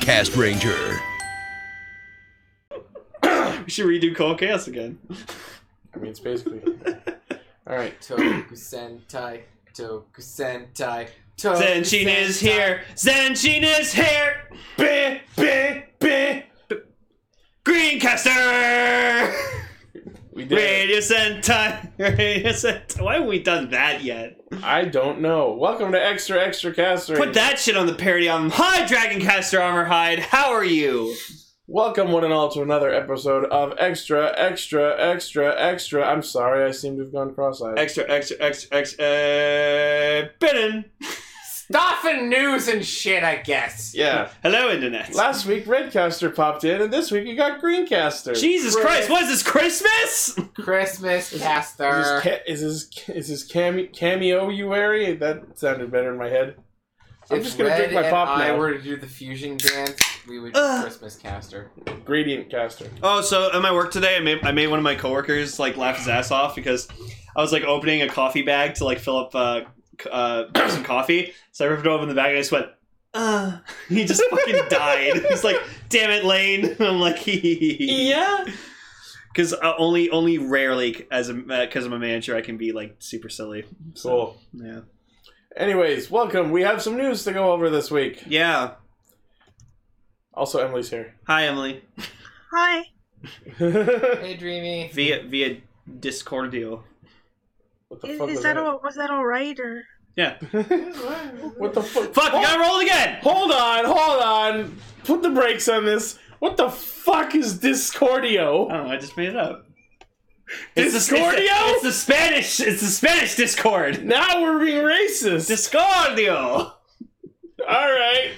Cast Ranger. We should redo Call Chaos again. I mean, it's basically. All right. Tokusentai, Tokusentai, Tokusentai. Zenshin is here. Zenshin is here. Beh, beh, beh. Greencaster. We did. Radio Sentai. Radio Sentai. Why haven't we done that yet? it. I don't know. Welcome to Extra Extra Cast Put Ranger. that shit on the parody album. Hi, Dragoncaster Armorhide. How are you? Welcome, one and all, to another episode of Extra Extra Extra Extra. I'm sorry, I seem to have gone cross-eyed. Extra, extra, extra, extra. Uh, Binin. Stuff and news and shit, I guess. yeah. Hello, Internet. Last week, Redcaster popped in, and this week we got Greencaster. Jesus Right. Christ, what is this, Christmas? Christmas Is this, caster. ca- is this, is this came- cameo you wary? That sounded better in my head. I'm If just gonna Red drink my and pop I now. were to do the fusion dance, we would do Ugh. Christmas caster. Gradient caster. Oh, so at my work today, I made, I made one of my coworkers like laugh his ass off because I was like opening a coffee bag to like fill up uh, c- uh, some coffee. So I ripped it open the bag and I just went, uh. He just fucking died. He's like, damn it, Lane. I'm like, yeah. Because uh, only only rarely as a because I'm a manager, I can be like super silly. Cool. Yeah. Anyways, welcome. We have some news to go over this week. Yeah. Also, Emily's here. Hi, Emily. Hi. what Hey, Dreamy. Via via Discordio. the Is, fuck is was that, all? Was that all right? Oh, Or Yeah. what the fuck? Fuck, Hold, we gotta roll again. hold on, hold on. Put the brakes on this. What the fuck is I Discordio? don't know. I just made it up. Discordio? It's the Spanish. It's the Spanish Discord. now we're being racist. Discordio. all right.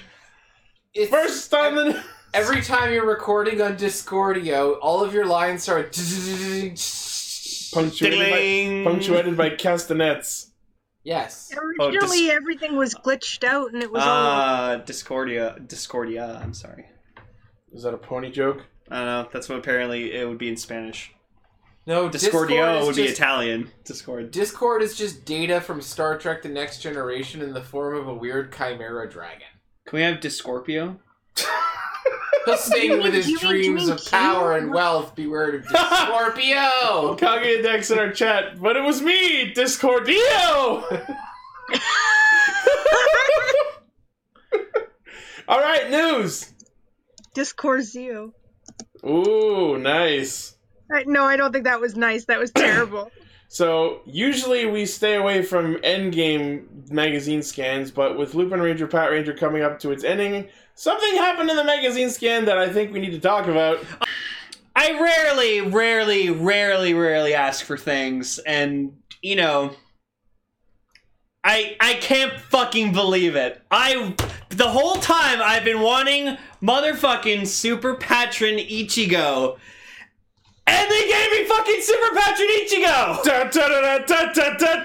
It's- First on the Every time you're recording on Discordio, all of your lines are. punctuated by, Ding. punctuated by castanets. Yes. Oh, dis- originally everything was glitched out and it was Uh. all. Ah, Discordia. Discordia. I'm sorry. Is that a pony joke? I don't know. That's what apparently it would be in Spanish. No, Discordio is would be just- Italian. Discord. Discord is just data from Star Trek: The Next Generation in the form of a weird chimera dragon. Can we have Discorpio? He'll sing with his You mean- you dreams mean of power Q? and wealth. Beware of Scorpio. Kage and Dex in our chat, but it was me, Discordio! All right, news! Discorsio. Ooh, nice. I, no, I don't think that was nice. That was terrible. So, usually we stay away from endgame magazine scans, but with Lupin Ranger Pat Ranger coming up to its ending, something happened in the magazine scan that I think we need to talk about. I rarely, rarely, rarely, rarely ask for things, and you know, I I can't fucking believe it. I the whole time I've been wanting motherfucking super patron Ichigo, and they gave me fucking super patron Ichigo. Da, da, da, da, da, da,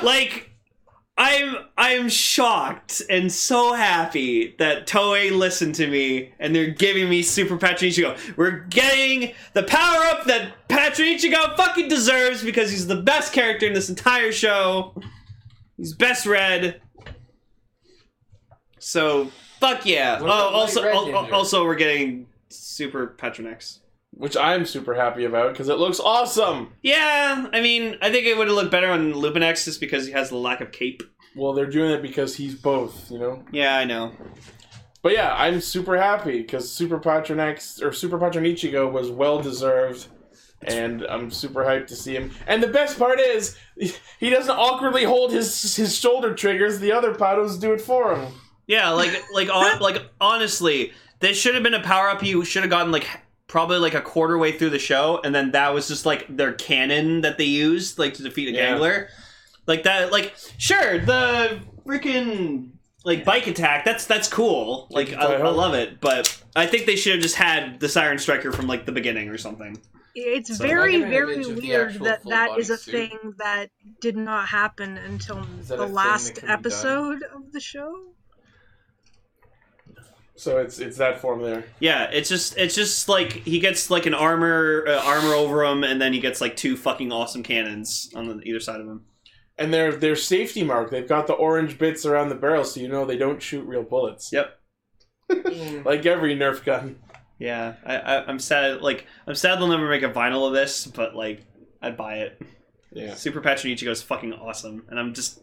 da! Like. I'm I'm shocked and so happy that Toei listened to me and they're giving me Super Patron Ichigo. We're getting the power up that Patron Ichigo fucking deserves because he's the best character in this entire show. He's best read. So fuck yeah. Oh, What about also Light Red al- al- Ninja? also we're getting Super Patron X. Which I'm super happy about because it looks awesome. Yeah, I mean, I think it would have looked better on Lupin X just because he has the lack of cape. Well, they're doing it because he's both, you know? Yeah, I know. But yeah, I'm super happy because Super Patron X or Super Patron Ichigo was well deserved, and I'm super hyped to see him. And the best part is, he doesn't awkwardly hold his his shoulder triggers. The other Patos do it for him. Yeah, like like on, like honestly, this should have been a power up. You should have gotten like probably like a quarter way through the show, and then that was just like their cannon that they used like to defeat a Yeah. gangler. Like that, like sure the freaking like bike attack. That's that's cool. Like I, I love it, but I think they should have just had the Siren Striker from like the beginning or something. It's So- very, Like an very image of the weird actual that full that body is a suit. thing that did not happen until Is that a the thing that can last be done? episode of the show. So it's it's that form there. Yeah, it's just it's just like he gets like an armor uh, armor over him, and then he gets like two fucking awesome cannons on the, either side of him. And their their safety mark. They've got the orange bits around the barrel, so you know they don't shoot real bullets. Yep. Mm. like every Nerf gun. Yeah, I, I, I'm sad. Like I'm sad they'll never make a vinyl of this, but like I'd buy it. Yeah. Super Patch and Ichigo is fucking awesome, and I'm just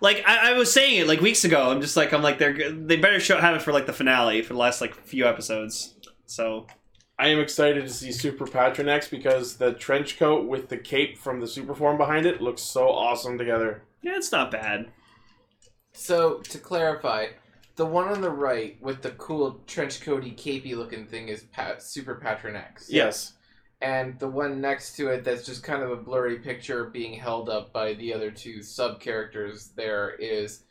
like I, I was saying it like weeks ago. I'm just like I'm like they're g- they better show have it for like the finale for the last like few episodes. So I am excited to see Super Patron X because the trench coat with the cape from the super form behind it looks so awesome together. yeah, it's not bad. So to clarify, the one on the right with the cool trench coaty capey looking thing is Pat, Super Patron X, Yes. and the one next to it that's just kind of a blurry picture being held up by the other two sub characters there is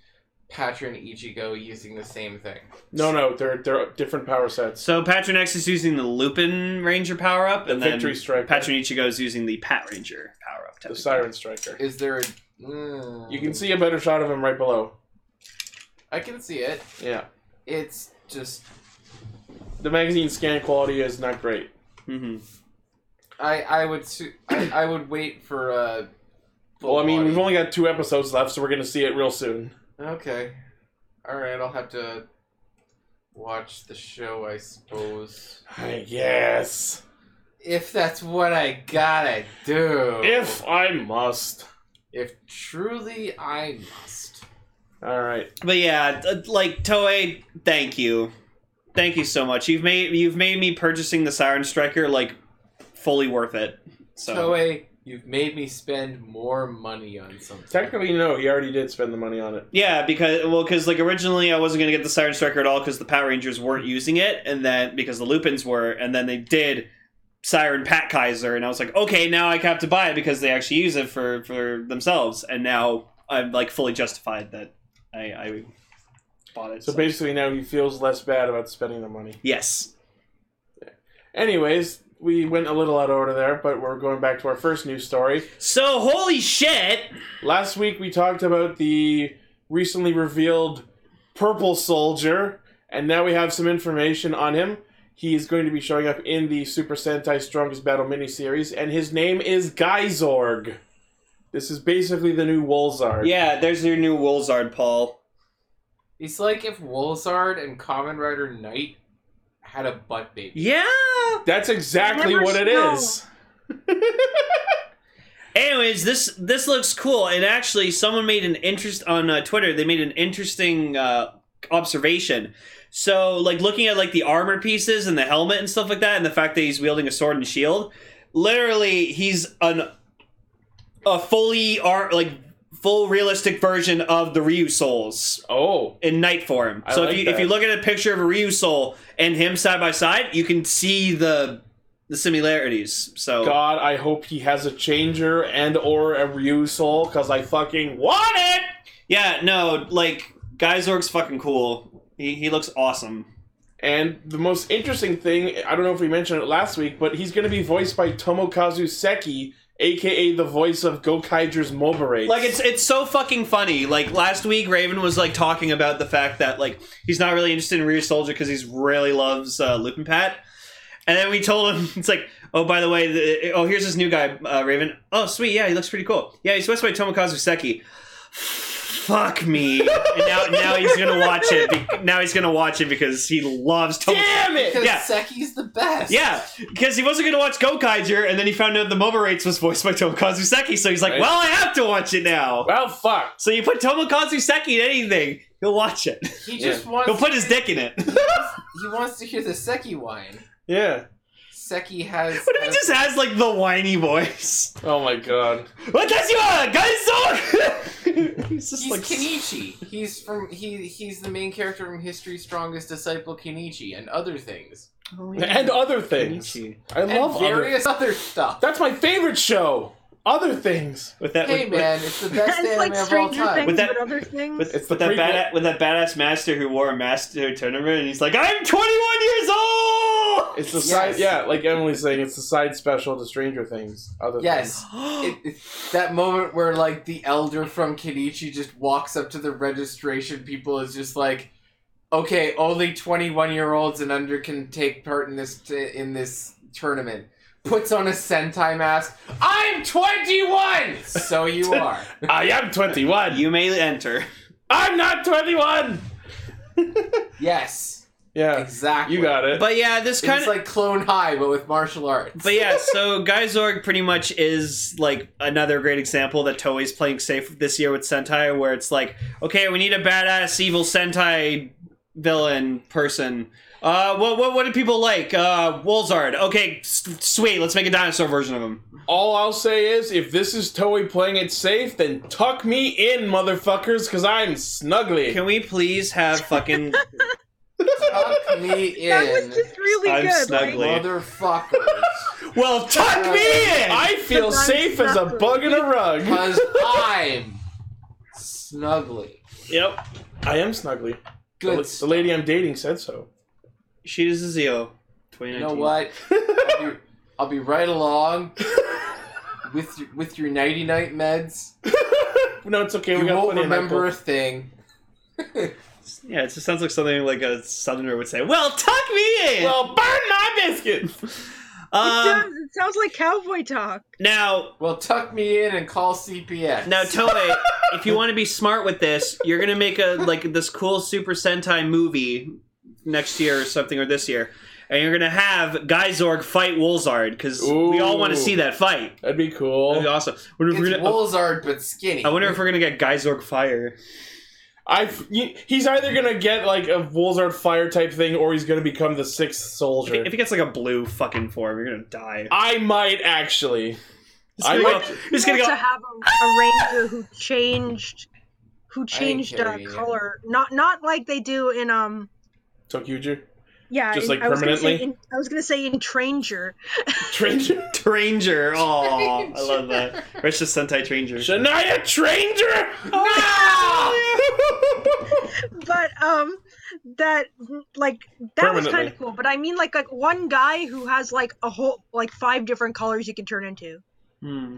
Patron Ichigo using the same thing. No, no, they're they're different power sets. So Patron X is using the Lupin Ranger power up, and then Victory Strike, Patron Ichigo is using the Pat Ranger power up. the Siren Striker. Is there? A, Mm. You can see a better shot of him right below. I can see it. Yeah. It's just The magazine scan quality is not great. hmm I I would su- I, I would wait for uh. full Well, I mean, body. we've only got two episodes left, so we're gonna see it real soon. Okay. Alright, I'll have to watch the show, I suppose. I guess. If that's what I gotta do. If I must. If truly I must. All right. But yeah, uh, like Toei, thank you, thank you so much. You've made you've made me purchasing the Siren Striker like fully worth it. So Toei, you've made me spend more money on something. Technically, no. He already did spend the money on it. Yeah, because well, because like originally I wasn't gonna get the Siren Striker at all because the Power Rangers weren't using it, and then because the Lupins were, and then they did Siren Pat Kaiser, and I was like, okay, now I have to buy it because they actually use it for for themselves, and now I'm like fully justified that I, I bought it. So basically, now he feels less bad about spending the money. yes, Anyways, we went a little out of order there, but we're going back to our first news story. so holy shit, Last week we talked about the recently revealed Purple Soldier, and now we have some information on him. He is going to be showing up in the Super Sentai Strongest Battle miniseries, and his name is Geysorg. This is basically the new Wolzard. yeah, there's your new Wolzard, Paul. It's like if Wolzard and Common Rider Knight had a butt baby. Yeah. That's exactly Never what it snow. is. Anyways, this this looks cool, and actually, someone made an interest on uh, Twitter. They made an interesting uh, observation. So, like looking at like the armor pieces and the helmet and stuff like that, and the fact that he's wielding a sword and shield. Literally, he's an a fully art like full realistic version of the Ryu Souls Oh, in night form. I so like if you if that. you look at a picture of a Ryu Soul and him side by side, you can see the the similarities. So God, I hope he has a changer and or a Ryu soul, because I fucking want it! Yeah, no, like Geysorg's fucking cool. He he looks awesome. And the most interesting thing, I don't know if we mentioned it last week, but he's going to be voiced by Tomokazu Seki, aka the voice of Gokaiger's Mobirates. Like it's it's so fucking funny. Like last week, Raven was like talking about the fact that like he's not really interested in Rear Soldier because he's really loves uh, Lupin Pat. And then we told him it's like, oh by the way, the, oh here's this new guy, uh, Raven. Oh sweet, yeah, he looks pretty cool. Yeah, he's voiced by Tomokazu Seki. Fuck me. and now now he's gonna watch it. Be- now he's gonna watch it because he loves Tomokazu. damn it! Because Yeah. Seki's the best. Yeah, because he wasn't going to watch Gokaiger, and then he found out the Mobirates was voiced by Tomokazu Seki, so he's like, Right. well, I have to watch it now. Well, fuck. So you put Tomokazu Seki in anything, he'll watch it. He just Yeah. wants He'll put his dick in it. what he wants to hear the Seki whine. Yeah. Seki has if he just has, like, the whiny voice? Oh my god. What does you want, guys? He's just He's like, Kenichi. He's from he he's the main character from History's Strongest Disciple Kenichi and other things. And other things. I love and other. various other stuff. That's my favorite show. Other things. With that, Hey with, man, it's the best It's anime like of all Stranger time. Things, With that- but other things. With, It's it's the with that prequel. bad, with that badass master who wore a master tournament, and he's like, "I'm 21 years old." It's the Yes. side. Yeah, like Emily's saying, it's the side special to Stranger Things. Other Yes. It, it- that moment where like the elder from Kenichi just walks up to the registration people is just like okay, only 21 year olds and under can take part in this t- in this tournament. Puts on a Sentai mask. I'm 21. So you are. things. I am 21. You may enter. I'm not 21! Yes. Yeah, Exactly. you got it. But yeah, this It's kind of like Clone High, but with martial arts. But yeah, so Guyzorg pretty much is like another great example that Toei's playing safe this year with Sentai, where it's like, okay, we need a badass evil Sentai villain person. Uh, what what, what do people like? Uh, Wolzard. Okay, s- sweet. Let's make a dinosaur version of him. All I'll say is, if this is Toei playing it safe, then tuck me in, motherfuckers, because I'm snuggly. Can we please have fucking? Tuck me in. That was just really I'm good. snuggly. Motherfuckers. well, tuck me in. Uh, I feel Because I'm safe as a snuggly. bug in a rug. Because I'm snuggly. yep. I am snuggly. The, Good. the lady I'm dating said so. She is a Zio. You 2019. know what? I'll be, I'll be right along with your, with your nighty night meds. No, it's okay. You we got won't plenty of remember Michael. a thing. Yeah, it just sounds like something like a southerner would say. Well, tuck me in. Well, burn my biscuit. It, um, does- it sounds like cowboy talk. now Well, tuck me in and call CPS. Now, Toei, if you want to be smart with this, you're gonna make a like this cool Super Sentai movie next year or something, or this year, and you're gonna have Guyzorg fight Wolzard because we all want to Ooh. see that fight. That'd be That'd be cool. awesome. Wonder if we're it's gonna- Wolzard, but skinny. I wonder if we're gonna get Guyzorg fire. I f- you- he's either gonna get like a Wolzard fire type thing, or he's gonna become the sixth If he- soldier. If he gets like a blue fucking form, you're gonna die. I might actually. He's I gonna go. might. He's gonna to go. have a, a ranger who changed, who changed uh, carrying it. color. Not not like they do in um. Tokyuger. Yeah, Just, in- like, I was gonna say permanently? in- I was gonna say in Tranger. Tranger. Tranger. Oh, I love that. Or it's just Sentai Tranger. Shania Tranger. Oh, no. but um that like that was kind Permanently. of cool but i mean like like one guy who has like a whole like five different colors you can turn into Hmm.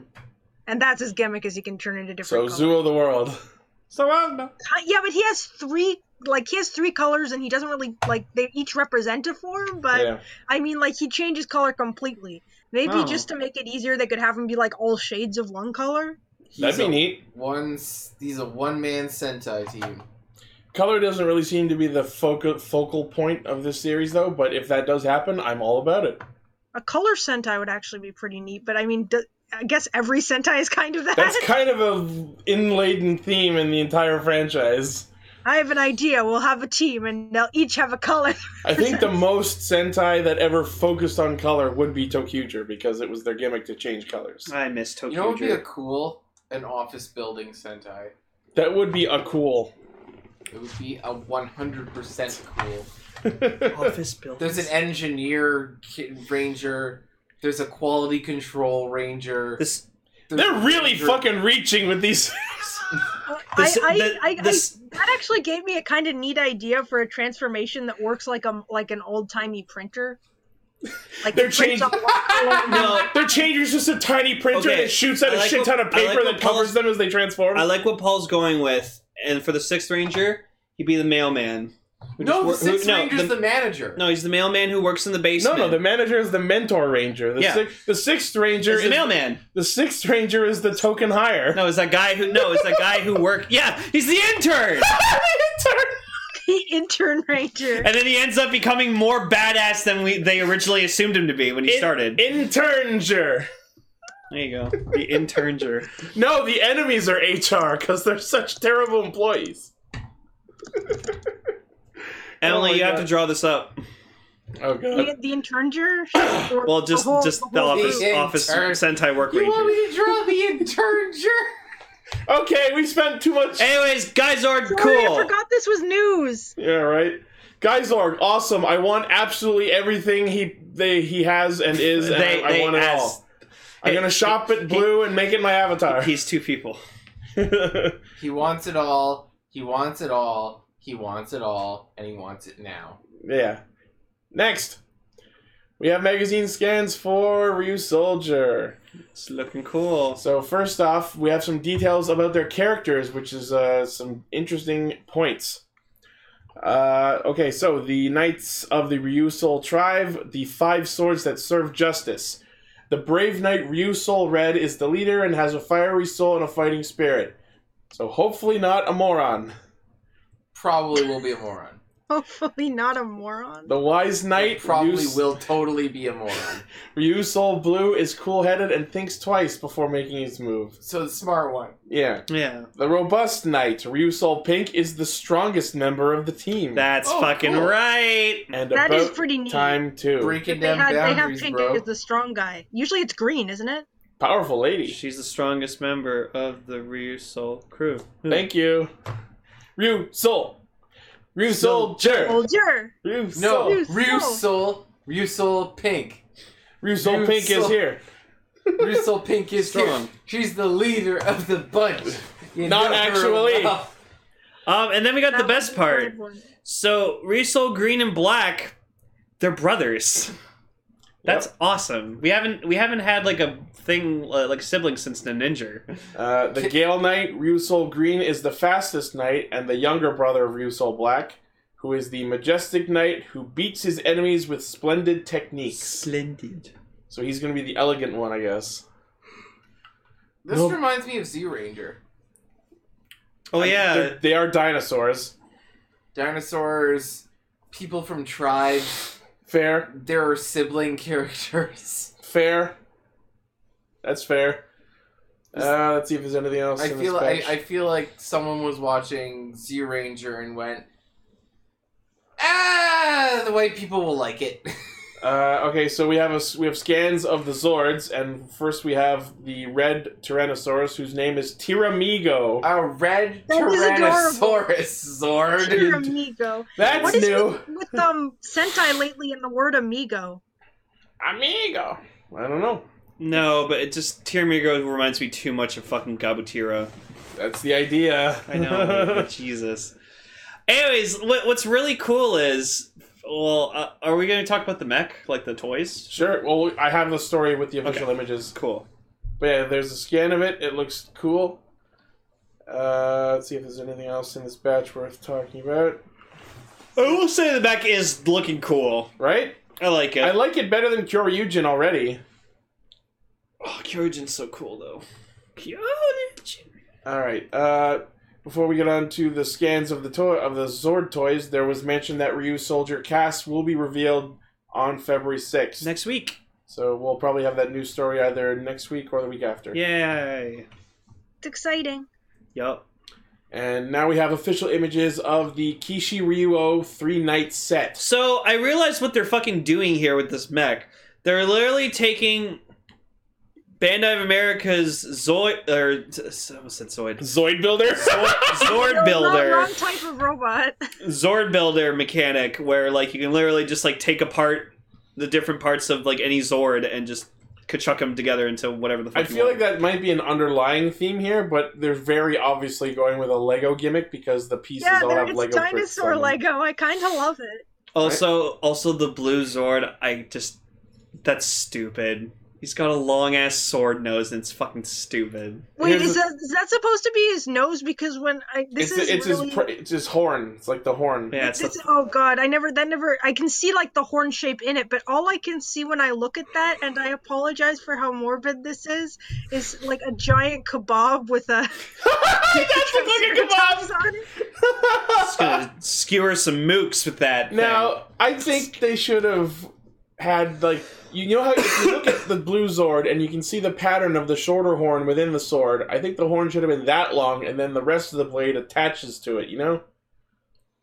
and that's his gimmick is he can turn into so different colors Zoo of the World. So I don't know. Ki- yeah but he has three like he has three colors and he doesn't really like they each represent a form but Yeah. i mean like he changes color completely maybe Oh. just to make it easier they could have him be like all shades of one color He's That'd be a neat. One, s- he's a one-man Sentai team. Color doesn't really seem to be the focal focal point of this series, though. But if that does happen, I'm all about it. a color sentai would actually be pretty neat but i mean do- i guess every sentai is kind of that That's kind of a inladen theme in the entire franchise. I have an idea. We'll have a team, and they'll each have a color. I think the most Sentai that ever focused on color would be Tokyuger because it was their gimmick to change colors. I miss Tokyo. You know what would be a cool? An office building Sentai. That would be a cool. It would be a 100% cool. office building. There's an engineer ki- ranger. There's a quality control ranger. This There's They're a really ranger- fucking reaching with these. Uh, This- I, I, the- I, this- I, that actually gave me a kind of neat idea for a transformation that works like a like an old timey printer. Like They're it prints changing- up one color. no. Their changer's just a tiny printer Okay, that shoots out I a like shit what- ton I of like paper what that covers Paul's- them as they transform. I like what Paul's going with, and for the sixth ranger, he'd be the mailman. who just No, the wor- Six who- no, Ranger's the, manager. no, he's the mailman who works in the no, basement. no, the manager is the mentor ranger. The, Yeah. six, the sixth ranger It's is the mailman. the sixth ranger is the token hire. No, it's that guy who. No, it's that guy who worked. Yeah, he's the intern, the intern ranger. and then he ends up becoming more badass than we they originally assumed him to be when he started. Internger. there you go, the internger. No, the enemies are HR because they're such terrible employees. Emily, my you have God. to draw this up. Oh god. The, the internger. or Well, just the whole- just the, whole office group. thing. office Intern. Sentai work You want ranger. me to draw the interger? Okay, we spent too much. Anyways, guys are Sorry, I cool. forgot this was news. yeah, right. Geysorg, awesome. I want absolutely everything he they he has and is, and They- I, I they want it has- all. I'm Hey, gonna shop at Blue and make it my avatar. He's two people. He wants it all. He wants it all. He wants it all, and he wants it now. yeah. Next, we have magazine scans for Ryu Soldier. It's looking cool. So first off, we have some details about their characters, which is uh, some interesting points. Uh, okay, so the knights of the Ryusoul tribe, the five swords that serve justice. The brave knight Ryusoul Red is the leader and has a fiery soul and a fighting spirit. So hopefully not a moron. Probably will be a moron. Hopefully not a moron. The wise knight Probably Ryu- will totally be a moron. Ryu Soul Blue is cool headed and thinks twice before making his move. So the smart one. Yeah. Yeah, The robust knight Ryu Soul Pink is the strongest member of the team. that's Oh, fucking cool. right. and That is about pretty neat. time too. Breaking They down had they have boundaries, pink bro. as the strong guy. Usually it's green, isn't it? Powerful lady. She's the strongest member of the Ryu Soul crew. Thank you. Ryu Soul. Ryu Soul Jer. Soldier. Ryu No, Soul. Ryu Ryu Soul. Soul. Ryu Soul Pink. Ryu Soul Ryu Pink is Soul. here. Ryu Soul Pink is strong. Strong. She's the leader of the bunch. You Not know her actually. well. Um, and then we got That the best was part. third one. So Ryu Soul Green and Black, they're brothers. That's awesome. We haven't we haven't had like a thing uh, like siblings since the Ninja. Uh, the Gale Knight, Ryu Soul Green, is the fastest knight and the younger brother of Ryu Soul Black, who is the majestic knight who beats his enemies with splendid techniques. Splendid. So he's going to be the elegant one, I guess. This No. reminds me of Z Ranger. Oh yeah, They're- they are dinosaurs. Dinosaurs, people from tribes, Fair. there are sibling characters. Fair. That's fair. Uh, let's see if there's anything else. I in feel this I, batch. I feel like someone was watching Z Ranger and went, ah, the white people will like it. Uh, okay, so we have a, s- we have scans of the Zords, and first we have the red Tyrannosaurus, whose name is Tiramigo. Uh, A red That is adorable. Tyrannosaurus Zord. Dear amigo. That's What is new. with, with um Sentai lately and the word amigo? Amigo. I don't know. no, but it just Tiramigo reminds me too much of fucking Gabutira. That's the idea. I know, but Jesus. Anyways, what, what's really cool is, well, uh, are we going to talk about the mech, like the toys? sure. Well, I have the story with the official images. Cool. But yeah, there's a scan of it. It looks cool. Uh, let's see if there's anything else in this batch worth talking about. I will say the mech is looking cool. Right? I like it. I like it better than Kyoryujin already. oh, Kyogen's so cool though. Kyogen. All right. Uh, before we get on to the scans of the toy of the Zord toys, there was mention that Ryu Soldier Cast will be revealed on February sixth. Next week. So we'll probably have that news story either next week or the week after. Yay. It's exciting. Yup. And now we have official images of the Kishi Ryuo three night set. So I realized what they're fucking doing here with this mech. They're literally taking Bandai of America's Zoid or I almost said Zoid. Zoid Builder. Zord No, not Builder. wrong type of robot. Zord Builder mechanic where like you can literally just like take apart the different parts of like any Zord and just kachuck them together into whatever the fuck I you feel want. like that might be an underlying theme here, but they're very obviously going with a Lego gimmick because the pieces yeah, all there- have it's Lego. bricks on dinosaur them. Lego. I kind of love it. Also, also the blue Zord. I just that's stupid. He's got a long ass sword nose, and it's fucking stupid. Wait, Here's is the- that, is that supposed to be his nose? Because when I this It's, is it's really his pr- it's his horn. It's like the horn. Yeah, it's this, oh god, I never that never I can see like the horn shape in it, but all I can see when I look at that, and I apologize for how morbid this is, is like a giant kebab with a Oh, That's the fucking kebabs on it. just gonna skewer some mooks with that. Now, I think they should have had like you know how if you look at the blue sword and you can see the pattern of the shorter horn within the sword. I think the horn should have been that long, and then the rest of the blade attaches to it. You know,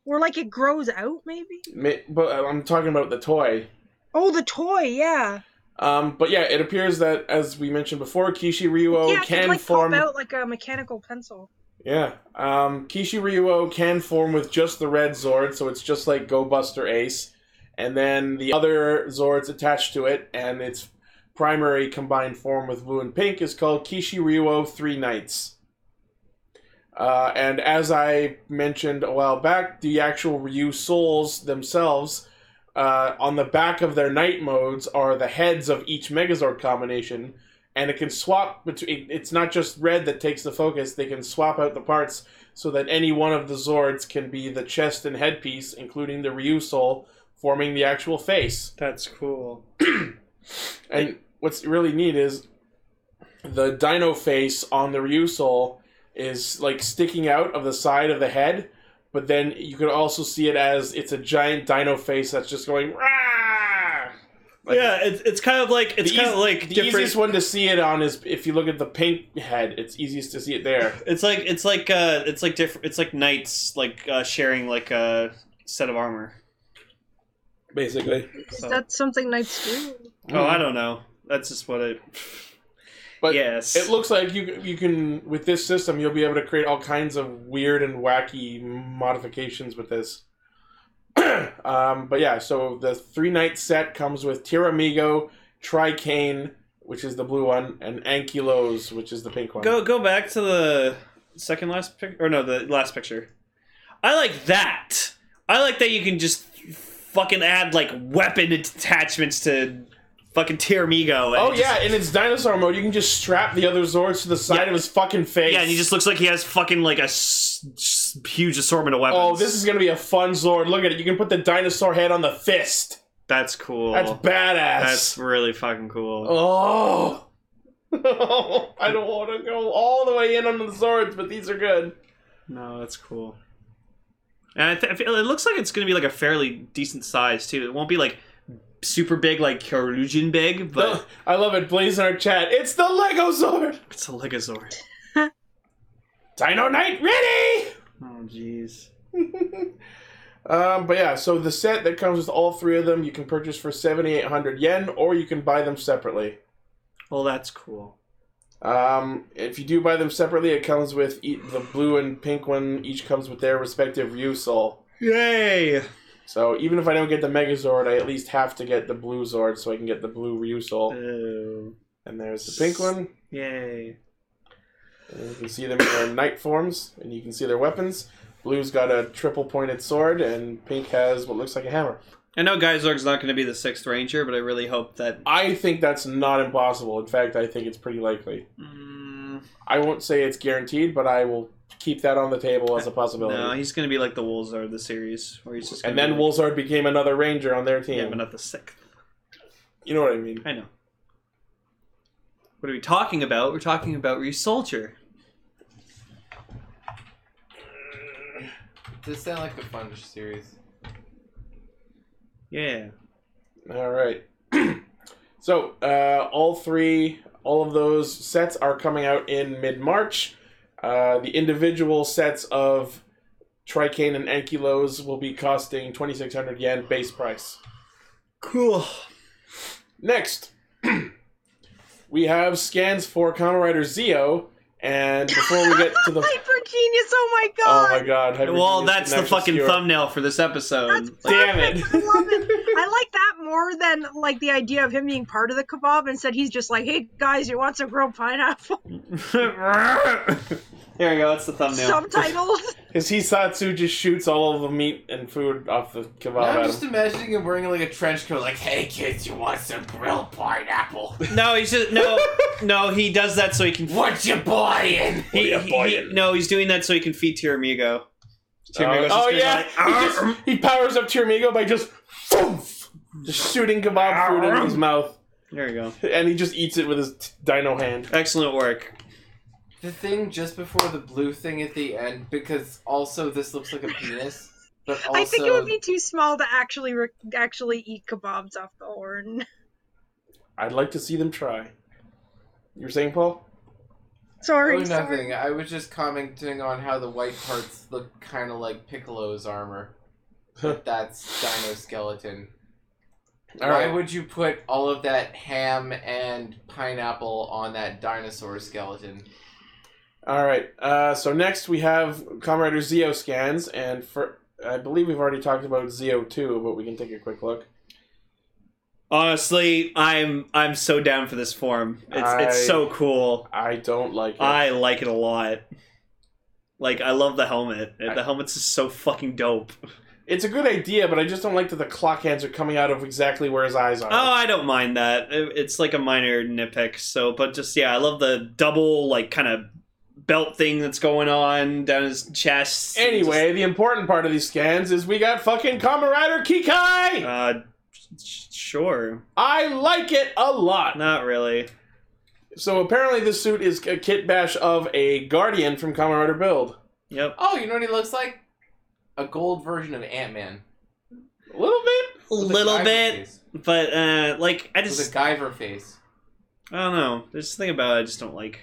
Or like it grows out, maybe. Ma- but uh, I'm talking about the toy. Oh, the toy, yeah. Um, but yeah, it appears that as we mentioned before, Kishi Ryuo yeah, it Oh, can can like form. pop out like a mechanical pencil. Yeah, um, Kishi Ryuo can form with just the red Zord, so it's just like Go Buster Ace, and then the other Zords attached to it, and its primary combined form with blue and pink is called Kishi Ryuo Three Knights. Uh, and as I mentioned a while back, the actual Ryu souls themselves, uh, on the back of their knight modes, are the heads of each Megazord combination, and it can swap between. It's not just red that takes the focus. They can swap out the parts so that any one of the Zords can be the chest and headpiece, including the Ryu soul, forming the actual face. that's cool. And what's really neat is the Dino face on the Ryu soul is like sticking out of the side of the head, But then you could also see it as it's a giant dino face that's just going. Rah! Like, yeah, it's, it's kind of like it's The kind eas- of like The different. easiest one to see it on is if you look at the pink head. It's easiest to see it there. It's like it's like uh it's like different. It's like knights like uh, sharing like a set of armor. basically. Is So- that something knights do? Oh, I don't know. That's just what it. But yes, It looks like you you can with this system you'll be able to create all kinds of weird and wacky modifications with this. um, but yeah, so the three night set comes with Tiramigo, Tricane, which is the blue one, and Ankylos, which is the pink one. go go back to the second last pic or no the last picture. I like that. I like that you can just fucking add like weapon attachments to fucking Tiramigo. and Oh it just- yeah, in its dinosaur mode, you can just strap the other Zords to the side Yeah. of his fucking face. Yeah, and he just looks like he has fucking like a s- s- huge assortment of weapons. Oh, this is gonna be a fun Zord. Look at it. You can put the dinosaur head on the fist. that's cool. That's badass. That's really fucking cool. Oh. I don't want to go all the way in on the swords, but these are good. No, that's cool. And I th- I feel it looks like it's going to be like a fairly decent size too. It won't be like super big, like Carlugian big, but I love it. Blaze in our chat. It's the Lego Zord. it's a Legazord. Dino Knight ready. Oh, jeez. Um, but yeah, so the set that comes with all three of them, you can purchase for seventy eight hundred yen, or you can buy them separately. Well, that's cool. Um, if you do buy them separately, it comes with e- the blue and pink one. Each comes with their respective Ryu Soul. Yay! So even if I don't get the Megazord, I at least have to get the blue Zord so I can get the blue Ryu Soul. Oh, And there's the pink one. yay! And you can see them in their knight forms, and you can see their weapons. Blue's got a triple pointed sword, and pink has what looks like a hammer. I know Geysorg's not going to be the sixth ranger, but I really hope that. I think that's not impossible. In fact, I think it's pretty likely. Mm, I won't say it's guaranteed, but I will keep that on the table as a possibility. no, he's going to be like the Wolzard of the series, where he's just. and gonna then be, Wolzard became another ranger on their team. Yeah, but not the sixth. you know what I mean? I know. What are we talking about? We're talking about Resoldier. This sound like a fun series. Yeah. All right. so, uh, all three, all of those sets are coming out in mid March. Uh, the individual sets of Tricane and Ankylos will be costing 2,600 yen base price. Cool. Next, we have scans for Kamen Rider Zeo. And before we get to the. Hyper genius! Oh my Oh my god! god. Hyper Well, Genius that's the didn't actually fucking skewer. thumbnail for this episode. That's Like, Damn it. perfect. I love it. I like that more than like the idea of him being part of the kebab. Instead, he's just like, "Hey guys, you want some grilled pineapple?" Here we go. That's the thumbnail. Subtitled. Because Hisatsu just shoots all of the meat and food off the kebab Now at I'm him. just imagining him wearing like a trench coat, like, "Hey kids, you want some grilled pineapple? No, he's just no, no. He does that so he can. What you buying?" He, What are you he- buying? he- no, he's doing that so he can feed Tiramigo. Tiramigo's oh just yeah, gonna be he, just- like, "Arr." he powers up Tiramigo by just, foof, just shooting kebab food into his mouth, there you go. and he just eats it with his t- dino hand. Excellent work. The thing just before the blue thing at the end, because also this looks like a penis, but also I think it would be too small to actually re- actually eat kebabs off the horn. I'd like to see them try. You were saying, Paul? Sorry, oh, sorry. nothing. I was just commenting on how the white parts look kind of like Piccolo's armor. But that's Dino Skeleton. All Why right. would you put all of that ham and pineapple on that dinosaur skeleton? All right. Uh, so next we have Comrade Zeo scans, and for I believe we've already talked about Zeo two, but we can take a quick look. Honestly, I'm I'm so down for this form. It's I- it's so cool. I don't like it. I like it a lot. Like I love the helmet. I- The helmet's just so fucking dope. it's a good idea, but I just don't like that the clock hands are coming out of exactly where his eyes are. Oh, I don't mind that. It- It's like a minor nitpick. So, but just yeah, I love the double like kind of belt thing that's going on down his chest. Anyway, the important part of these scans is we got fucking Kamen Rider Kikai! Just, uh, sh- sure, I like it a lot. not really. So apparently, this suit is a kit bash of a Guardian from Kamen Rider Build. Yep. Oh, you know what he looks like? a gold version of Ant Man. A little bit. A little bit, but uh, like I With a just Guyver face. I don't know. There's something about it I just don't like.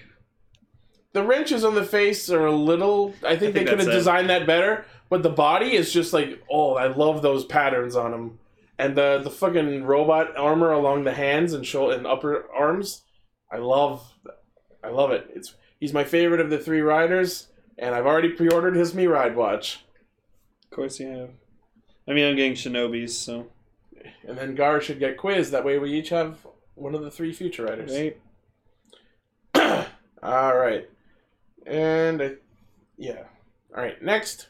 The wrenches on the face are a little. I think, think they could have that's it. designed that better. But the body is just like, oh, I love those patterns on him. And the the fucking robot armor along the hands and shoulder and upper arms, I love, I love it. It's he's my favorite of the three riders, and I've already pre-ordered his Me Ride watch. Of course you have. I mean, I'm getting Shinobis, so And then Gar should get quiz. That way we each have one of the three future riders. right. All right. And I, yeah. All right. Next,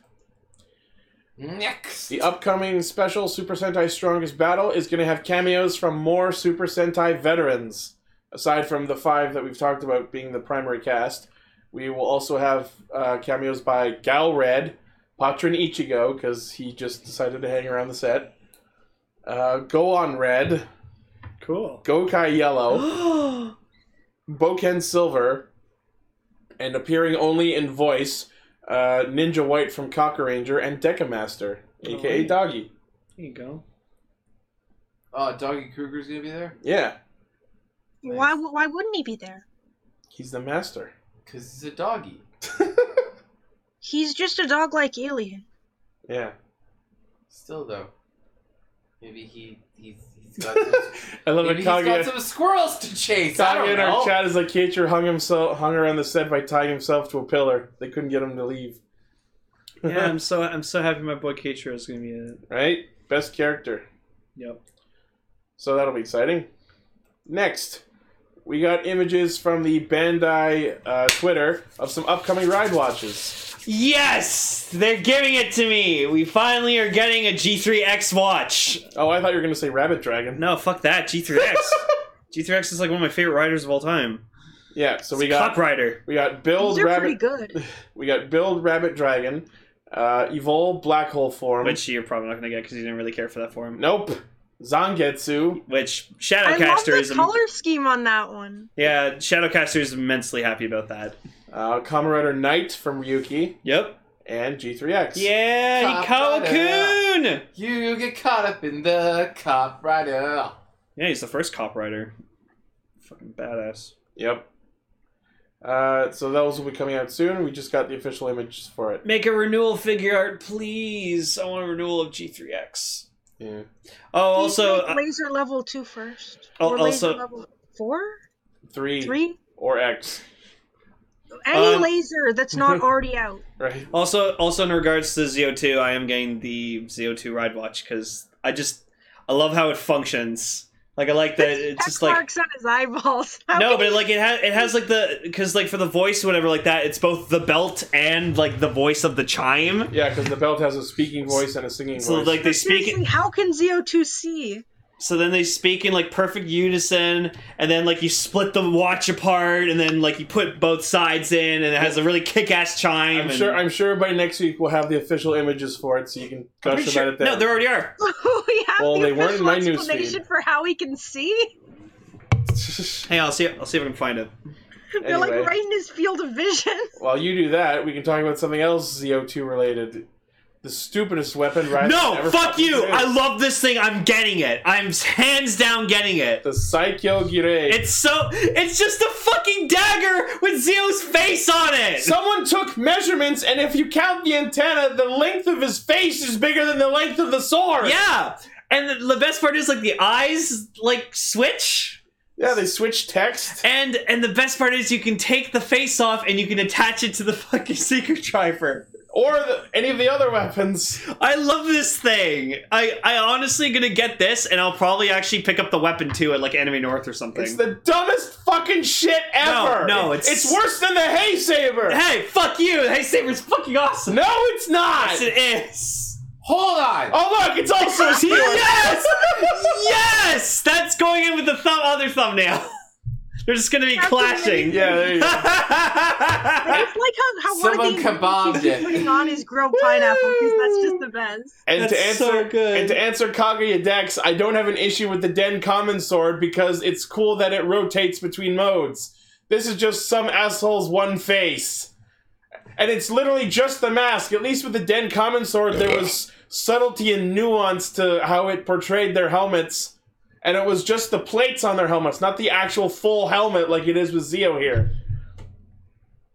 Next. the upcoming special Super Sentai Strongest Battle is going to have cameos from more Super Sentai veterans. Aside from the five that we've talked about being the primary cast, we will also have uh, cameos by Gal Red, Patron Ichigo, because he just decided to hang around the set. Uh, Go on Red, Cool. Gokai Yellow. Boken Silver, and appearing only in voice, uh, Ninja White from Cocker Ranger and Deca Master, aka Alright. Doggy. There you go. Oh, Doggy Kruger's gonna be there? Yeah, Why? w- Why wouldn't he be there? he's the master. Because he's a doggy. He's just a dog-like alien. Yeah, Still, though. Maybe he, he's, he's got some, I love maybe it. he's got Kaguya, some squirrels to chase. Kaguya I don't in our know. chat is like Keiichiro hung himself, hung around the set by tying himself to a pillar. They couldn't get him to leave. yeah, I'm so I'm so happy my boy Keiichiro is gonna be in it. right. Best character. Yep. So that'll be exciting. Next, we got images from the Bandai uh, Twitter of some upcoming ride watches. Yes, they're giving it to me. We finally are getting a G3X watch. Oh, I thought you were gonna say Rabbit Dragon. No, fuck that. G3X. G3X is like one of my favorite riders of all time. Yeah, so we We got Cock Rider. we got These build are pretty rabbit good. we got build rabbit dragon, uh, evol black hole form. Which you're probably not gonna get because you didn't really care for that form. nope, Zangetsu. Which I love Shadowcaster the is im- color scheme on that one. yeah Shadowcaster is immensely happy about that. Uh, Comrade Knight from Ryuki Yep. and G3X. Yeah, Cop Ikawa-kun. You get caught up in the cop rider. Yeah, he's the first cop rider. Fucking badass. Yep. Uh, so those will be coming out soon. We just got the official images for it. Make a renewal figure art, please. I want a renewal of G3X. Yeah. Oh, also, Please make uh, laser level two first. Oh, Or also- laser level four, Three, three. or X. Any Um, laser that's not already out. Right. also, also in regards to ZO2, I am getting the ZO2 ride watch because I just I love how it functions. Like I like that it's X just like marks on his eyeballs. How no, can but you- like it has it has like the because like for the voice or whatever like that, it's both the belt and like the voice of the chime. Yeah, because the belt has a speaking voice and a singing So voice. like they speak. Seriously, how can ZO2 see? So then they speak in like perfect unison, and then like you split the watch apart, and then like you put both sides in, and it has a really kick-ass chime. I'm and- sure. I'm sure by next week we'll have the official images for it, so you can I'm gush pretty about sure- it then. No, there already are. we have Well, the they weren't official in my newsfeed. explanation for how he can see. Hey, I'll see. I'll see if I can find it. They're like Anyway. right in his field of vision. While you do that, we can talk about something else ZO2 related. The stupidest weapon Ryzen No, ever fuck fucking you! used. I love this thing. I'm getting it. I'm hands down getting it. the Psycho Girei. It's so. It's just a fucking dagger with Zeo's face on it. Someone took measurements, and if you count the antenna, the length of his face is bigger than the length of the sword. yeah, and the, the best part is like the eyes like switch. Yeah, they switched text. And and the best part is you can take the face off and you can attach it to the fucking secret driver. Or the, any of the other weapons. I love this thing. I I honestly gonna get this and I'll probably actually pick up the weapon too at like Anime North or something. It's the dumbest fucking shit No, ever. no, it's- worse than the hay saber. hey, fuck you! Hey Saber's fucking awesome. No, it's not. Yes, it is. Hold on. oh look, it's also a sword. Yes, yes. That's going in with the thumb other thumbnail. They're just gonna be That's clashing. amazing. Yeah, there you go. It's like how, how Someone one of the ingredients kebabbed he's it. putting on his grilled pineapple because that's just the best. And to That's answer so good. and to answer Kaguya Dex, I don't have an issue with the Den Common Sword because it's cool that it rotates between modes. This is just some asshole's one face. and it's literally just the mask. At least with the Den Common Sword, there was subtlety and nuance to how it portrayed their helmets, and it was just the plates on their helmets, not the actual full helmet like it is with Zeo here.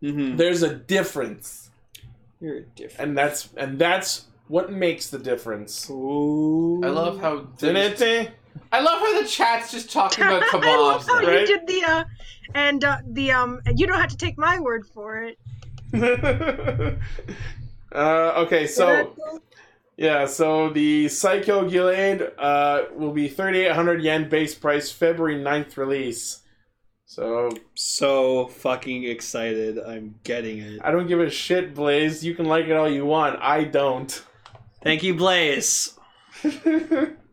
Mm-hmm. There's a difference, You're different. and that's and that's what makes the difference. Ooh. I love how Didn't I love how the chat's just talking about I love kebabs. how right? you did the uh, and uh, the um. You don't have to take my word for it. it? uh, okay, so. Yeah, so the Psycho Gillade uh, will be 3,800 yen base price, February 9th release. So So fucking excited. I'm getting it. I don't give a shit, Blaze. You can like it all you want. I don't. Thank you, Blaze.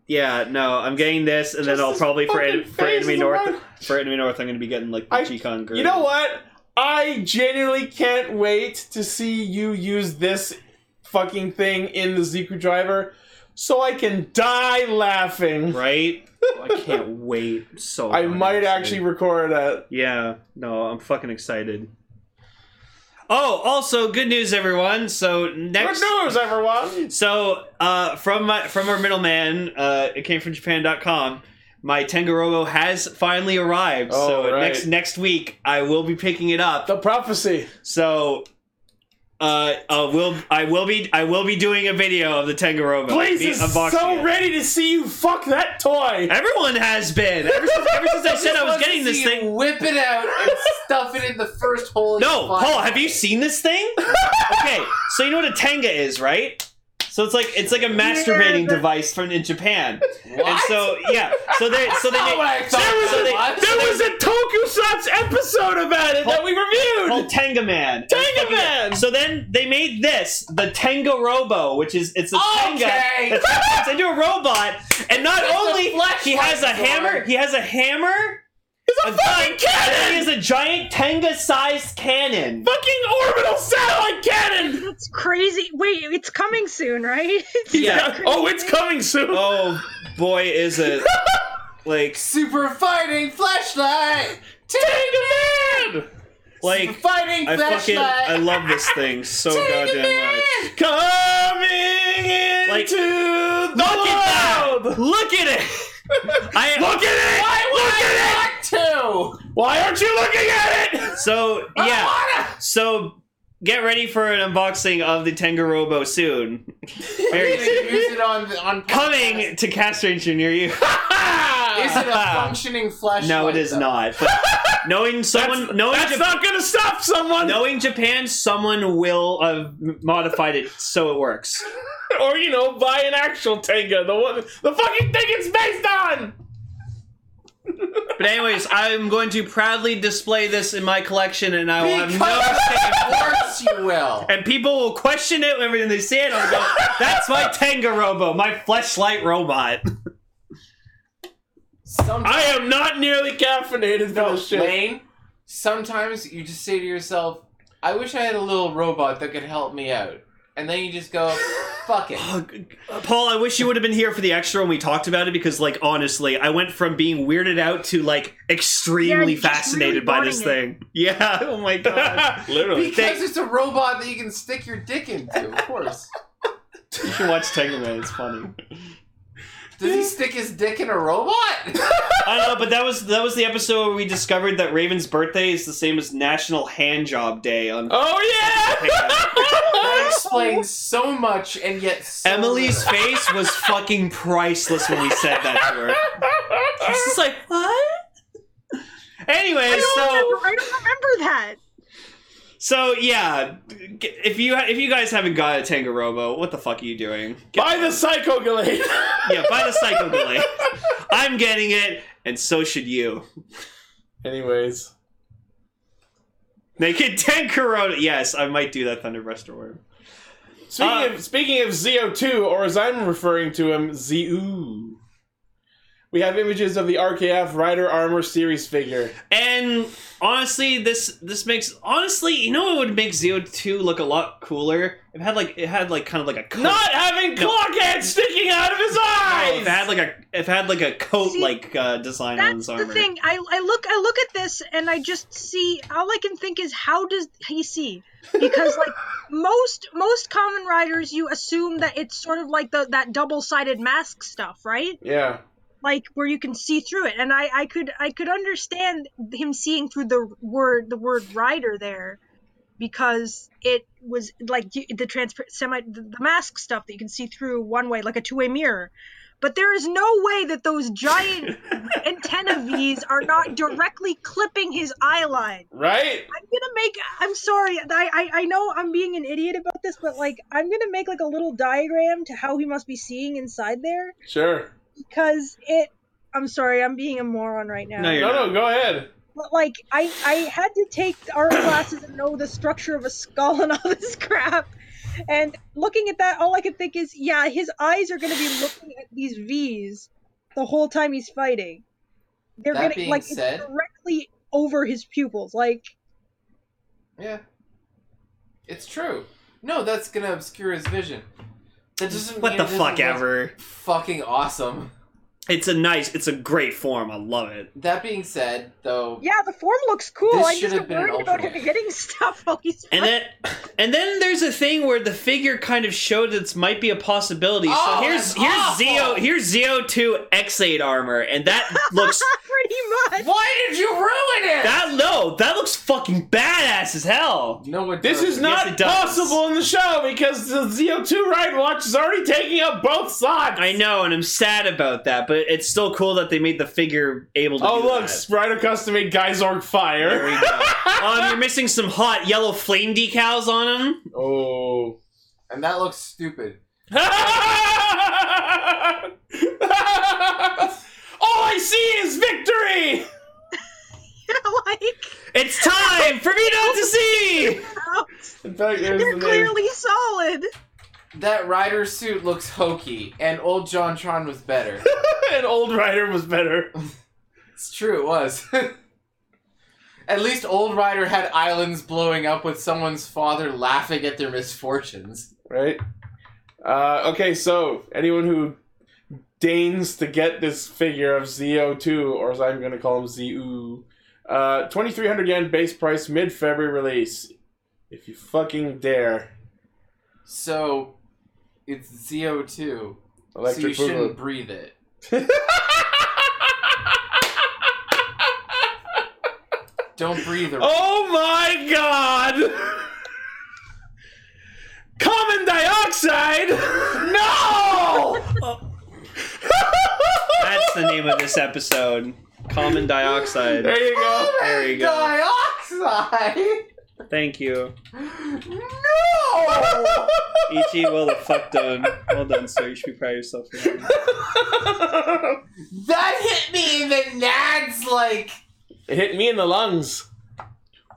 Yeah, no, I'm getting this, and Just then I'll his probably for, fucking en- for face enemy is a north. red- For enemy north, I'm going to be getting like the I- G-Con girl. you know what? I genuinely can't wait to see you use this fucking thing in the Ziku Driver so I can die laughing. right? I can't wait. I'm So I fucking might excited. actually record that. Yeah, no, I'm fucking excited. Oh, also good news, everyone. So next, Good news, everyone! so uh, from my from our middleman, uh, it came from Japan.com. My Tengarobo has finally arrived. Oh, so right. next next week, I will be picking it up. The prophecy. So, uh, uh, will I will be I will be doing a video of the Tengarobo. Blaze Me is unboxing so it. ready to see you fuck that toy. Everyone has been ever since ever since I said I was Wants to getting this see you thing. Whip it out and stuff it in the first hole. you No, find. Paul, have you seen this thing? okay, so you know what a tenga is, right? So it's like it's like a masturbating Yeah, but- device from in Japan. What? And so yeah, so they so they That's not what I thought so it they- was. There was a Tokusatsu episode about it that we called reviewed. Tenga Man. Tenga Man! So then they made this the Tenga Robo, which is it's a Tenga Okay. that turns into a robot, and not It's a only flashlight he has a sword. hammer, he has a hammer. It's a, fucking giant- and He has cannon. a giant Tenga-sized cannon. fucking orbital satellite cannon. That's crazy. Wait, it's coming soon, right? Yeah. Oh, it's coming soon. Oh boy, is it like Super fighting flashlight. Tenga Man, Super like fighting I fucking flashlight. I love this thing so goddamn much. coming into Like, the Look at world. that! Look at it! I Look at it! look at it! Two. Why aren't you looking at it? so yeah. So get ready for an unboxing of the Tengarobo soon. Very Very soon. use it on the- on Coming to Cast Ranger near you. Is it a functioning flashlight? no, it is though? not. But knowing someone, that's knowing that's Jap- not gonna stop someone. knowing Japan, someone will have modified it so it works. Or you know, buy an actual Tenga, the one, the fucking thing it's based on. But anyways, I'm going to proudly display this in my collection, and I will have no Because- shame. Of course you will. And people will question it when they see it. I'll go, "That's my Tenga Robo, my fleshlight robot." I Sometimes, am not nearly caffeinated for this shit. Lane, sometimes you just say to yourself, I wish I had a little robot that could help me out. And then you just go, fuck it. Oh, g- Paul, I wish you would have been here for the extra when we talked about it because, like, honestly, I went from being weirded out to like extremely Yeah, just fascinated really by this wanting thing. Yeah. Oh my god. Literally. Because it's a robot that you can stick your dick into, of course. you should watch Tenga Man. It's funny. Does he stick his dick in a robot? I know, but that was that was the episode where we discovered that Raven's birthday is the same as National Hand Job Day on Oh that explains so much and yet so Emily's little. face was fucking priceless when we said that to her. yeah! She's just like, what? Anyway, I don't, so remember, I don't remember that. so yeah, g- if you if you guys haven't got a Tangarobo, what the fuck are you doing? Get Buy the one. Psycho Glade. yeah, buy the Psycho Delay. I'm getting it, and so should you. Anyways, Naked Tangarobo. Yes, I might do that Thunder Buster worm. speaking Uh, of speaking of ZO2, or as I'm referring to him, ZU. We have images of the RKF Rider Armor series figure. And honestly, this this makes honestly, you know, what would make Zeo two look a lot cooler It had like it had like kind of like a coat. Not having No. clock heads sticking out of his No, eyes. it had like a it had like a coat See, like uh, design on That's his the armor. thing. I, I look I look at this and I just see all I can think is how does he see? Because like most most common riders you assume that it's sort of like the that double sided mask stuff, right? yeah. Like where you can see through it. And I, I could I could understand him seeing through the word the word rider there because it was like you- the transfer semi the the mask stuff that you can see through one way like a two way mirror. But there is no way that those giant antenna V's are not directly clipping his eye line. Right? I'm gonna make. I'm sorry. I, I I know I'm being an idiot about this, but like I'm gonna make like a little diagram to how he must be seeing inside there Sure. because it. I'm sorry. I'm being a moron right now. No, you're- No, no, go ahead. But like I I had to take art classes and know the structure of a skull and all this crap. And looking at that, all I could think is, yeah, his eyes are gonna be looking at these V's the whole time he's fighting. They're That gonna being like said- it's directly over his pupils. Like Yeah. It's true. No, that's gonna obscure his vision. That doesn't what mean the it isn't, fuck like, ever. Fucking awesome. It's a nice. It's a great form. I love it. That being said, though, yeah, the form looks cool. This I'm should just have been an worried about him alternate. hitting stuff while he's And fighting. then, and then there's a thing where the figure kind of showed that might be a possibility. Oh, so here's that's here's awful. Zeo here's Zeo two X8 armor, and that looks pretty much. why did you ruin it? that no that looks fucking badass as hell. no, it This is doesn't. not it does. possible in the show because the ZO2 Ride Watch is already taking up both sides. I know, and I'm sad about that, but it's still cool that they made the figure able to. Oh, do look, that. Spider Custom made Geysorg There we Fire. go. um, you're missing some hot yellow flame decals on him. Oh. And that looks stupid. All I see is victory! like It's time for me not to see. oh, In fact, there's they're the name. clearly solid. That rider suit looks hokey, and old John Tron was better. An old rider was better. it's true, it was. at least old rider had islands blowing up with someone's father laughing at their misfortunes. right? Uh, okay, so anyone who deigns to get this figure of ZO2, or as I'm going to call him, ZU, uh, 2300 yen base price mid February release. If you fucking dare. So, it's ZO2, so you Electric shouldn't Boogaloo. breathe it. Don't breathe it. Oh my god! Common dioxide? No! That's the name of this episode. Common dioxide. there you go. Oh There you go. Dioxide! Thank you. No! Ichi, well the fuck done. Well done, sir. You should be proud of yourself. For that. that hit me in the nads like. It hit me in the lungs.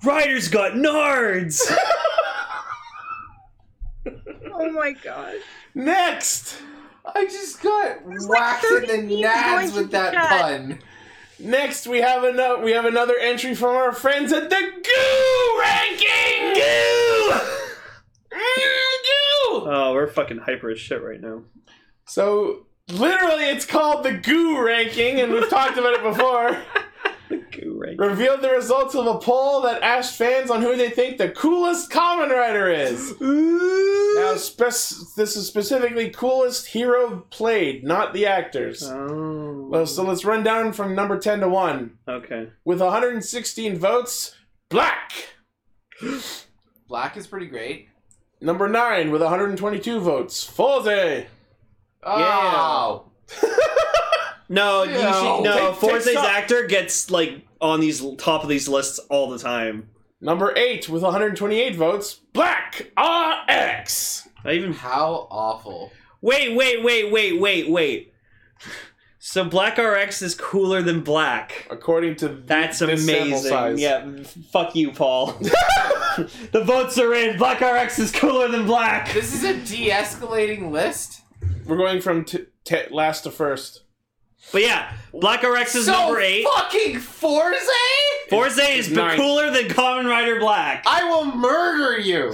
Ryder's got nards. Oh my god. Next! I just got like whacked 30 in the people going nads to with the that chat. pun. Next, we have another we have another entry from our friends at the Goo Ranking. Goo. Mm, goo. Oh, we're fucking hyper as shit right now. So literally, it's called the Goo Ranking, and we've talked about it before. Goo rank. Revealed the results of a poll that asked fans on who they think the coolest common rider is. Now, spec- this is specifically coolest hero played, not the actors. Oh. Well, so let's run down from number ten to one. Okay. With 116 votes, Black. Black is pretty great. Number nine with 122 votes, Forze. Oh. No, you No. should no. Take- take Forze's some. actor gets like on these l- top of these lists all the time. Number eight with 128 votes, Black RX. I even How awful. wait, wait, wait, wait, wait, wait. So Black RX is cooler than Black. According to th- That's this sample amazing. size. Yeah, f- fuck you, Paul. the votes are in. Black RX is cooler than Black. This is a de escalating list? we're going from t- t- last to first. But yeah, Black RX is so number eight. fucking Forze? Forza is nine. cooler than Common Rider Black. I will murder you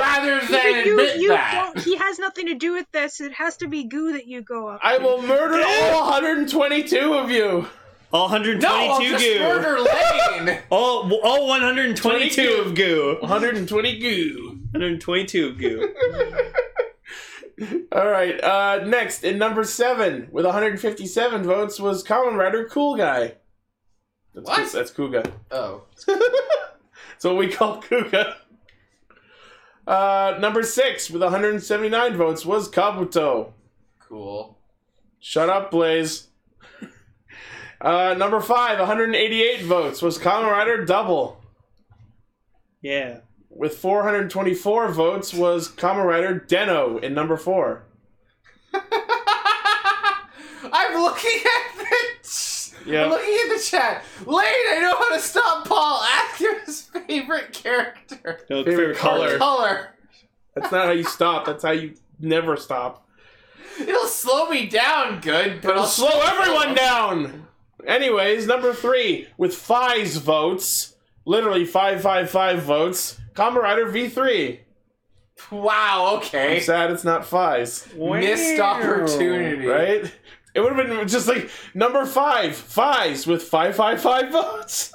rather than But you, admit you that. don't, he has nothing to do with this. It has to be goo that you go up. I will murder all 122 of you. All No, I'll 122 just goo. murder Lane. All, all 122 of goo. 120 goo. 122 of goo. All right. Uh, next, in number seven, with 157 votes, was Common Rider Cool Guy. That's What? Cool, that's Kuga. oh, That's what we call Kuga. Uh, number six, with 179 votes, was Kabuto. cool. Shut up, Blaze. Uh, number five, 188 votes, was Common Rider Double. Yeah. With 424 votes, was Kamen Rider Deno in number four. I'm looking at the. Yeah. I'm looking at the chat. Lane, I know how to stop Paul. Ask your favorite character. No, Favorite favorite, color. color. Color. That's not how you stop. That's how you never stop. It'll slow me down, good, but I'll It'll slow everyone down. Anyways, number three with five votes, literally five, five, five votes. Kamen Rider V3. Wow. I'm Okay. sad it's not fives, Missed opportunity. right? It would have been just like number five, fives with five, five, five votes.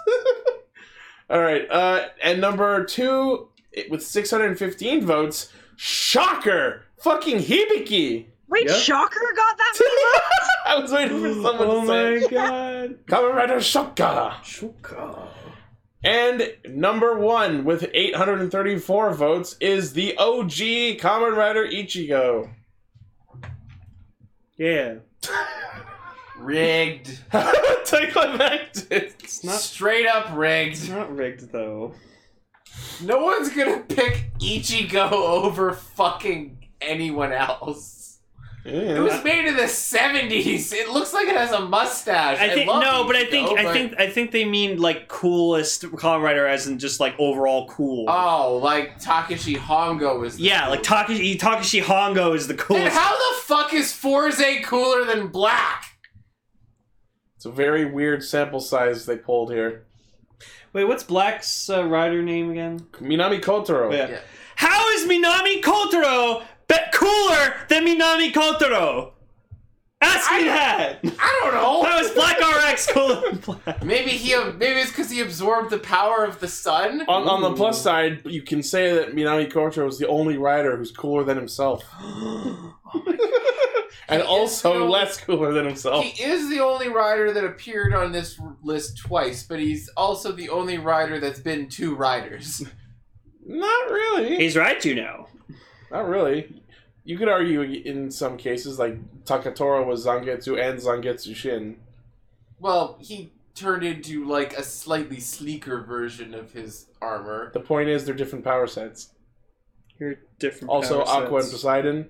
All right, uh, and number two it- with 615 votes. Shocker! Fucking Hibiki. Wait, Yeah. Shocker got that? I was waiting for someone Oh to say. it. my god. Kamen Rider Shocker. And number one with 834 votes is the OG Kamen Rider Ichigo. Yeah. Rigged. Anticlimactic. It's not, Straight up it's rigged. not rigged though. No one's gonna pick Ichigo over fucking anyone else. It Yeah. was made in the seventies. It looks like it has a mustache. I think love no, but I Ichigo, think I but- think I think they mean like coolest Kamen Rider as in just like overall cool. Oh, like Takashi Hongo was. the yeah, like coolest. Takashi Takashi Hongo is the Then coolest. how the fuck is Forze cooler than Black? It's a very weird sample size they pulled here. Wait, what's Black's uh, rider name again? Minami Kotaro. Yeah. Yeah. How is Minami Kotaro bet cooler than Minami Kotaro? Ask me that. I don't know. How is Black RX cooler than Black? Maybe he. Maybe it's because he absorbed the power of the sun. On, on the plus side, you can say that Minami Kotaro is the only rider who's cooler than himself. and Oh He is also the- less cooler than himself. He is the only rider that appeared on this r- list twice, but he's also the only rider that's been two riders. Not really. He's right, you know. Not really. You could argue in some cases, like Takatoro was Zangetsu and Zangetsu Shin. Well, he turned into like a slightly sleeker version of his armor. The point is, they're different power sets. You're different. Also, power Aqua and sets. Poseidon.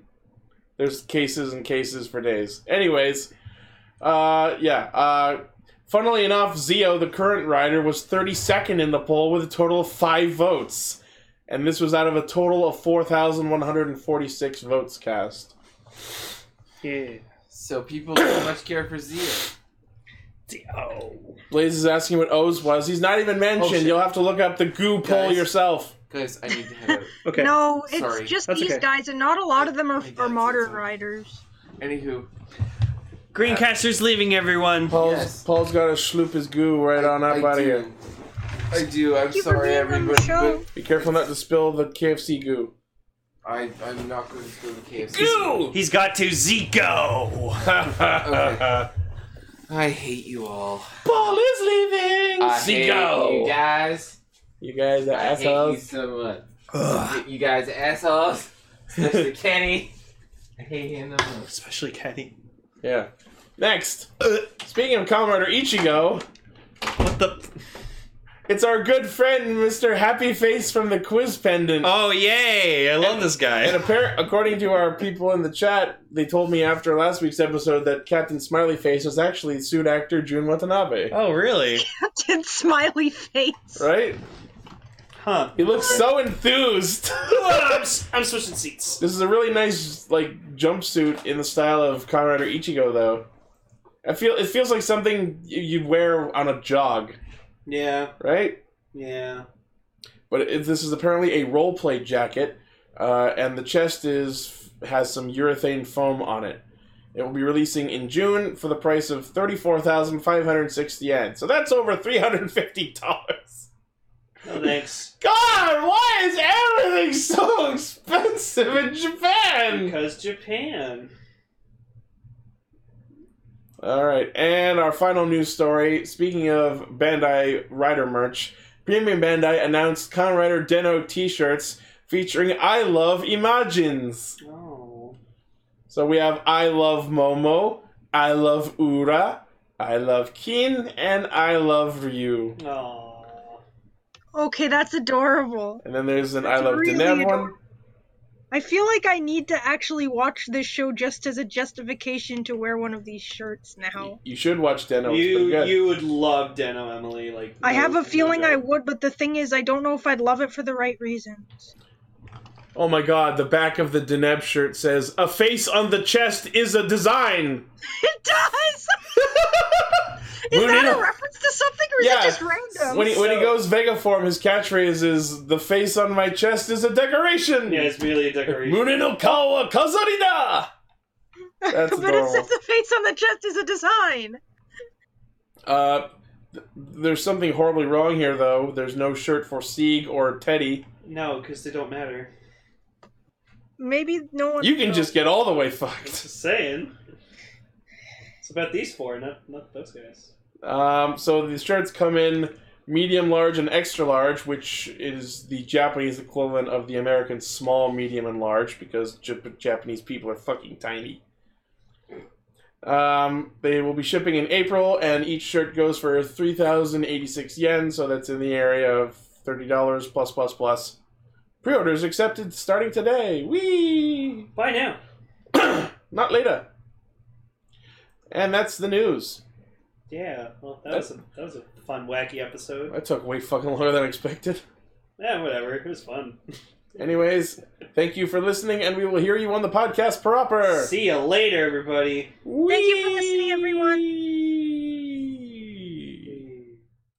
There's cases and cases for days. Anyways, uh, yeah. Uh, funnily enough, Zio, the current rider, was 32nd in the poll with a total of five votes, and this was out of a total of 4,146 votes cast. Yeah. So people don't much care for Zia. Oh. Blaze is asking what O's was. He's not even mentioned. Oh, shit. You'll have to look up the goo poll Guys. yourself. Guys, I need to head out. Okay. No, it's Sorry. just That's these okay. guys, and not a lot of them are, My dad's are modern inside. riders. Anywho, Greencaster's leaving everyone. Paul's, Yes. Paul's got to sloop his goo right on up I out of do- here. I do. I'm Thank you for sorry, being on the everybody. show. but Be careful not to spill the KFC goo. I, I'm not going to go to KFC. He's got to Zico. Okay. I hate you all. Paul is leaving. I hate you Zico. guys. You guys are I hate you assholes. so much. You guys are assholes. Especially Kenny. I hate him the most. Especially Kenny. Yeah. Next, speaking of Kamen Rider Ichigo, Uh, What the? it's our good friend Mr. Happy Face from the Quiz Pendant. Oh yay! I love this And guy. appar- according to our people in the chat, they told me after last week's episode that Captain Smiley Face was actually suit actor Jun Watanabe. Oh really? Did smiley face. Right? Huh. He looks so enthused. I'm, s- I'm switching seats. This is a really nice like jumpsuit in the style of Kamen Rider Ichigo though. I feel it feels like something you- you'd wear on a jog. Yeah, right? yeah. But it, this is apparently a role play jacket, uh, and the chest is has some urethane foam on it. It will be releasing in June for the price of thirty four thousand five hundred sixty yen. So that's over three hundred fifty dollars. No thanks. God, why is everything so expensive in Japan? because Japan. All right, and our final news story. Speaking of Bandai Rider merch, Premium Bandai announced Kamen Rider Deno T-shirts featuring "I Love Imagines." Oh. So we have I love Momo, I love Ura, I love Kin, and I love Ryu. Oh. Okay, that's adorable. And then there's an That's I love really Deneb one. adorable. I feel like I need to actually watch this show just as a justification to wear one of these shirts now. You should watch Deno. it's pretty you good. you would love Deno Emily like. I no- have a no feeling joke. I would, but the thing is, I don't know if I'd love it for the right reasons. Oh my god, the back of the Deneb shirt says, A face on the chest is a design! It does! is When that he- a reference to something or is Yeah. it just random? When he, when he So- goes Vega form, his catchphrase is, The face on my chest is a decoration! Yeah, it's merely a decoration. Mune no kawa kazarida! That's but it adorable. says the face on the chest is a design. Uh, th- there's something horribly wrong here, though. There's no shirt for Sieg or Teddy. No, because they don't matter. Maybe no one. You can no. just get all the way I'm fucked. just saying. It's about these four, not not those guys. Um, so the shirts come in medium, large, and extra large, which is the Japanese equivalent of the American small, medium, and large, because Jap- Japanese people are fucking tiny. Um, they will be shipping in April, and each shirt goes for 3,086 yen, so that's in the area of $30 plus, plus, plus. Pre orders accepted starting today. Whee! Buy now. Not later. And that's the news. Yeah. Well, that was a that was a fun wacky episode. That took way fucking longer than expected. Yeah, whatever. It was fun. Anyways, thank you for listening, and we will hear you on the podcast proper. See you later, everybody. Thank you for listening, everyone.